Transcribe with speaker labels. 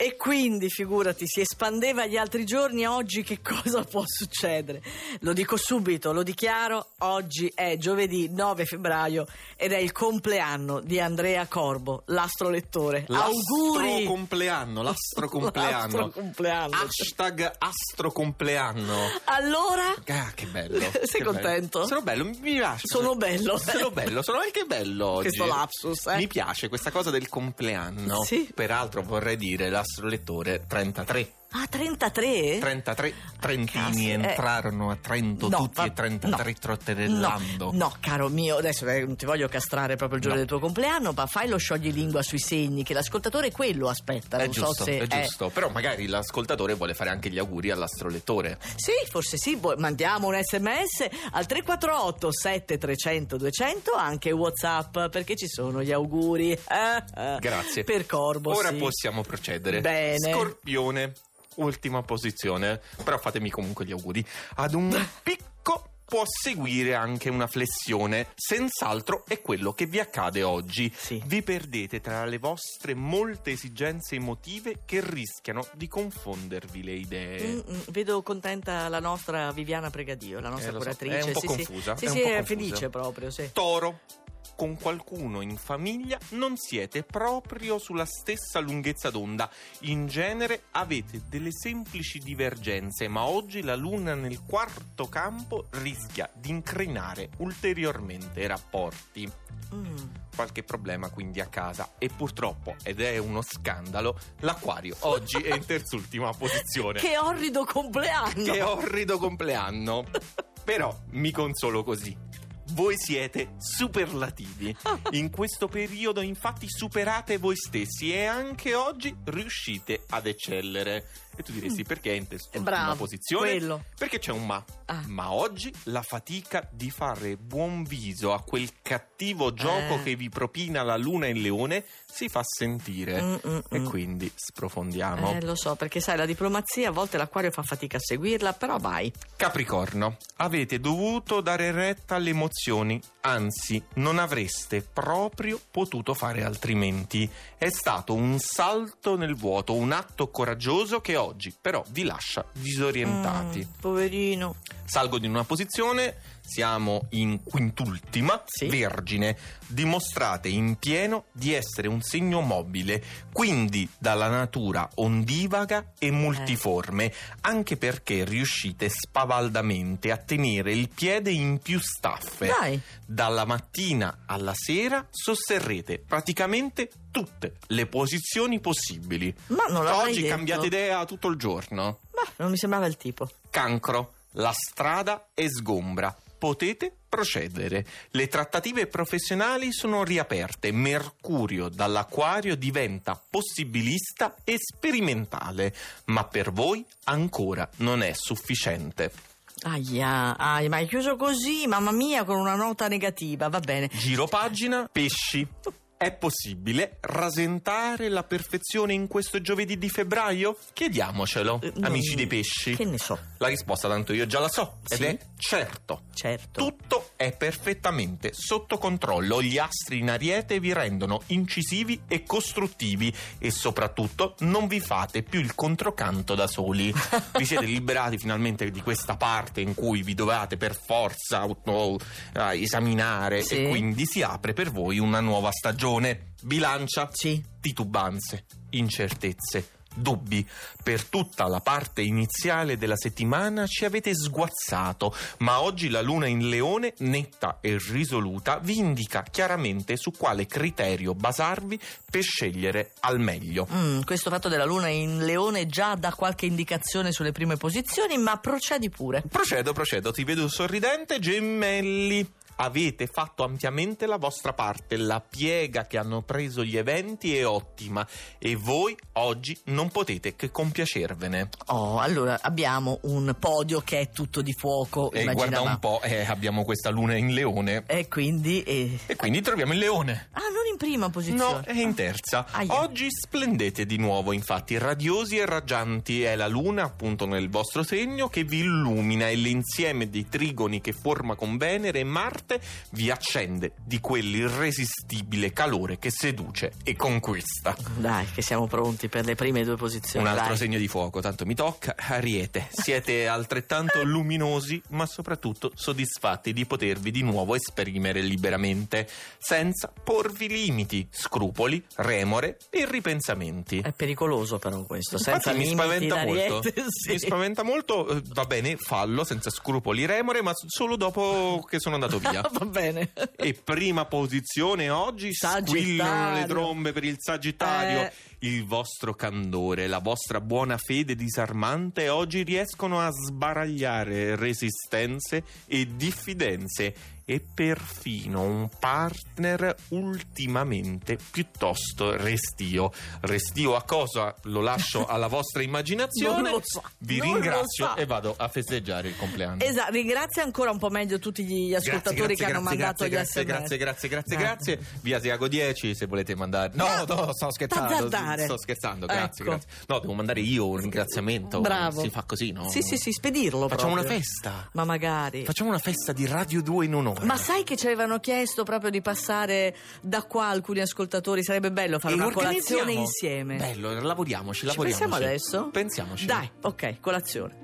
Speaker 1: E quindi, figurati, si espandeva gli altri giorni, oggi che cosa può succedere? Lo dico subito, lo dichiaro, oggi è giovedì 9 febbraio ed è il compleanno di Andrea Corbo, l'astrolettore. Auguri!
Speaker 2: compleanno, l'astro compleanno. Ah.
Speaker 1: L'astro compleanno.
Speaker 2: Hashtag astro compleanno.
Speaker 1: Allora,
Speaker 2: Ah, che bello.
Speaker 1: Sei
Speaker 2: che bello.
Speaker 1: contento?
Speaker 2: Sono bello, mi piace.
Speaker 1: Sono bello.
Speaker 2: Sono bello, sono anche bello oggi.
Speaker 1: Questo lapsus, eh.
Speaker 2: Mi piace questa cosa del compleanno.
Speaker 1: Sì.
Speaker 2: Peraltro vorrei dire l'astrolettore 33.
Speaker 1: a 33?
Speaker 2: 33 trentini
Speaker 1: Caspita, eh.
Speaker 2: entrarono a Trento
Speaker 1: No,
Speaker 2: tutti
Speaker 1: va-
Speaker 2: e 33
Speaker 1: no.
Speaker 2: trotterellando.
Speaker 1: No, no, caro mio, adesso eh, non ti voglio castrare proprio il giorno
Speaker 2: No.
Speaker 1: del tuo compleanno, ma fai lo sciogli lingua sui segni, che l'ascoltatore quello aspetta.
Speaker 2: È
Speaker 1: non
Speaker 2: giusto,
Speaker 1: so se eh,
Speaker 2: è giusto. Però magari l'ascoltatore vuole fare anche gli auguri all'astrolettore.
Speaker 1: Sì, forse sì, voi- mandiamo un sms al 348 7300 200 anche whatsapp perché ci sono gli auguri. Eh, eh,
Speaker 2: Grazie.
Speaker 1: Per Corbo.
Speaker 2: Ora
Speaker 1: sì.
Speaker 2: possiamo procedere.
Speaker 1: Bene.
Speaker 2: Scorpione, ultima posizione. Però fatemi comunque gli auguri. Ad un picco può seguire anche una flessione. Senz'altro è quello che vi accade oggi.
Speaker 1: Sì.
Speaker 2: Vi perdete tra le vostre molte esigenze emotive che rischiano di confondervi le idee.
Speaker 1: Mm, mm, vedo contenta la nostra Viviana Pregadio, la nostra
Speaker 2: Eh, lo so,
Speaker 1: curatrice.
Speaker 2: è un po'
Speaker 1: sì,
Speaker 2: confusa,
Speaker 1: Sì,
Speaker 2: è
Speaker 1: sì,
Speaker 2: un
Speaker 1: sì,
Speaker 2: po'
Speaker 1: è
Speaker 2: confusa.
Speaker 1: felice proprio, sì.
Speaker 2: Toro. Con qualcuno in famiglia non siete proprio sulla stessa lunghezza d'onda. In genere avete delle semplici divergenze, ma oggi la luna nel quarto campo rischia di incrinare ulteriormente i rapporti.
Speaker 1: Mm.
Speaker 2: Qualche problema quindi a casa e purtroppo, ed è uno scandalo, l'acquario oggi è in terz'ultima posizione.
Speaker 1: Che orrido compleanno!
Speaker 2: Che orrido compleanno. Però mi consolo così. Voi siete superlativi. In questo periodo, infatti, superate voi stessi e anche oggi riuscite ad eccellere. E tu diresti perché è in
Speaker 1: Eh,
Speaker 2: questa
Speaker 1: Bravo,
Speaker 2: posizione?
Speaker 1: quello.
Speaker 2: Perché c'è un ma.
Speaker 1: Ah.
Speaker 2: Ma oggi la fatica di fare buon viso a quel cattivo gioco
Speaker 1: Eh.
Speaker 2: che vi propina la luna e il leone si fa sentire.
Speaker 1: Mm, mm,
Speaker 2: E
Speaker 1: mm.
Speaker 2: quindi sprofondiamo.
Speaker 1: Eh, lo so, perché sai, la diplomazia a volte l'acquario fa fatica a seguirla, però vai.
Speaker 2: Capricorno, avete dovuto dare retta alle emozioni, anzi non avreste proprio potuto fare altrimenti. È stato un salto nel vuoto, un atto coraggioso che oggi però vi lascia disorientati.
Speaker 1: Mm, poverino.
Speaker 2: Salgo di una posizione, siamo in quintultima,
Speaker 1: Sì.
Speaker 2: vergine. Dimostrate in pieno di essere un segno mobile, quindi dalla natura ondivaga
Speaker 1: Eh.
Speaker 2: e multiforme, anche perché riuscite spavaldamente a tenere il piede in più staffe.
Speaker 1: Dai.
Speaker 2: Dalla mattina alla sera sosterrete praticamente tutte le posizioni possibili.
Speaker 1: Ma non l'avrei
Speaker 2: Oggi
Speaker 1: detto.
Speaker 2: cambiate idea tutto il giorno.
Speaker 1: Ma non mi sembrava il tipo.
Speaker 2: Cancro, la strada è sgombra. Potete procedere. Le trattative professionali sono riaperte. Mercurio dall'acquario diventa possibilista e sperimentale, ma per voi ancora non è sufficiente.
Speaker 1: Aia, aia, ma hai chiuso così, mamma mia, con una nota negativa, va bene.
Speaker 2: Giro pagina, pesci. È possibile rasentare la perfezione in questo giovedì di febbraio? Chiediamocelo,
Speaker 1: Eh,
Speaker 2: amici
Speaker 1: non-
Speaker 2: dei pesci.
Speaker 1: Che ne so,
Speaker 2: La risposta tanto io già la so, ed
Speaker 1: Sì?
Speaker 2: è certo.
Speaker 1: certo.
Speaker 2: Tutto è perfettamente sotto controllo, gli astri in ariete vi rendono incisivi e costruttivi e soprattutto non vi fate più il controcanto da soli. Vi siete liberati finalmente di questa parte in cui vi dovevate per forza oh, eh, esaminare
Speaker 1: Sì.
Speaker 2: e quindi si apre per voi una nuova stagione. Bilancia,
Speaker 1: Sì.
Speaker 2: titubanze, incertezze. Dubbi, per tutta la parte iniziale della settimana ci avete sguazzato, ma oggi la luna in leone, netta e risoluta, vi indica chiaramente su quale criterio basarvi per scegliere al meglio.
Speaker 1: Mm, questo fatto della luna in leone già dà qualche indicazione sulle prime posizioni, ma procedi pure.
Speaker 2: Procedo, procedo, ti vedo sorridente, gemelli. Avete fatto ampiamente la vostra parte, la piega che hanno preso gli eventi è ottima e voi oggi non potete che compiacervene.
Speaker 1: Oh, allora abbiamo un podio che è tutto di fuoco,
Speaker 2: E Eh, guarda
Speaker 1: immaginavamo.
Speaker 2: un po', eh, abbiamo questa luna in leone
Speaker 1: E quindi... eh,
Speaker 2: e quindi troviamo il leone.
Speaker 1: Ah, non in prima posizione.
Speaker 2: No, è in terza.
Speaker 1: Aia.
Speaker 2: Oggi splendete di nuovo, infatti, radiosi e raggianti. È la luna, appunto, nel vostro segno che vi illumina e l'insieme dei trigoni che forma con Venere e Marte vi accende di quell'irresistibile calore che seduce e conquista.
Speaker 1: Ah, Dai, che siamo pronti per le prime due posizioni.
Speaker 2: Un altro
Speaker 1: dai.
Speaker 2: segno di fuoco, tanto mi tocca, Ariete. Siete altrettanto luminosi, ma soprattutto soddisfatti di potervi di nuovo esprimere liberamente, senza porvi limiti, scrupoli, remore e ripensamenti.
Speaker 1: È pericoloso però questo, senza
Speaker 2: Infatti mi
Speaker 1: limiti
Speaker 2: spaventa molto.
Speaker 1: d'ariete, sì.
Speaker 2: Mi spaventa molto, eh, va bene, fallo senza scrupoli, remore, ma solo dopo che sono andato via.
Speaker 1: Va bene.
Speaker 2: E prima posizione oggi
Speaker 1: Sagittario.
Speaker 2: squillano le trombe per il Sagittario.
Speaker 1: Eh.
Speaker 2: Il vostro candore, la vostra buona fede disarmante oggi riescono a sbaragliare resistenze e diffidenze e perfino un partner ultimamente piuttosto restio. Restio a cosa? Lo lascio alla vostra immaginazione.
Speaker 1: Non lo so,
Speaker 2: Vi
Speaker 1: non lo
Speaker 2: ringrazio
Speaker 1: so.
Speaker 2: e vado a festeggiare il compleanno.
Speaker 1: Esatto, ringrazio ancora un po' meglio tutti gli ascoltatori che hanno mandato gli
Speaker 2: grazie,
Speaker 1: sms.
Speaker 2: Grazie, grazie, grazie,
Speaker 1: Ah.
Speaker 2: grazie. Via Tiago 10 se volete mandare. No, no, sto scherzando.
Speaker 1: Azzardare.
Speaker 2: Sto scherzando, grazie,
Speaker 1: Ecco.
Speaker 2: grazie. No, devo mandare io un ringraziamento.
Speaker 1: Bravo.
Speaker 2: Si fa così, no?
Speaker 1: Sì, sì, sì, spedirlo
Speaker 2: Facciamo
Speaker 1: proprio.
Speaker 2: una festa.
Speaker 1: Ma magari.
Speaker 2: Facciamo una festa di Radio 2 in onore.
Speaker 1: Ma sai che ci avevano chiesto proprio di passare da qua alcuni ascoltatori? Sarebbe bello fare
Speaker 2: E
Speaker 1: una
Speaker 2: organizziamo?
Speaker 1: colazione insieme.
Speaker 2: Bello, lavoriamoci,
Speaker 1: Ci
Speaker 2: lavoriamoci.
Speaker 1: pensiamo adesso?
Speaker 2: Pensiamoci.
Speaker 1: Dai, ok, colazione.